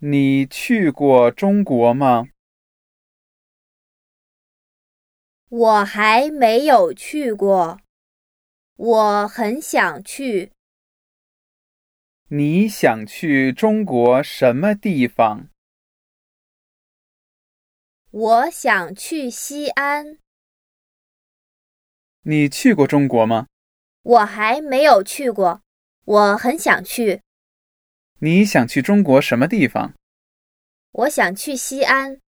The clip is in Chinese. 你去过中国吗？我还没有去过，我很想去。你想去中国什么地方？我想去西安，你去过中国吗？我还没有去过，我很想去。你想去中国什么地方？我想去西安。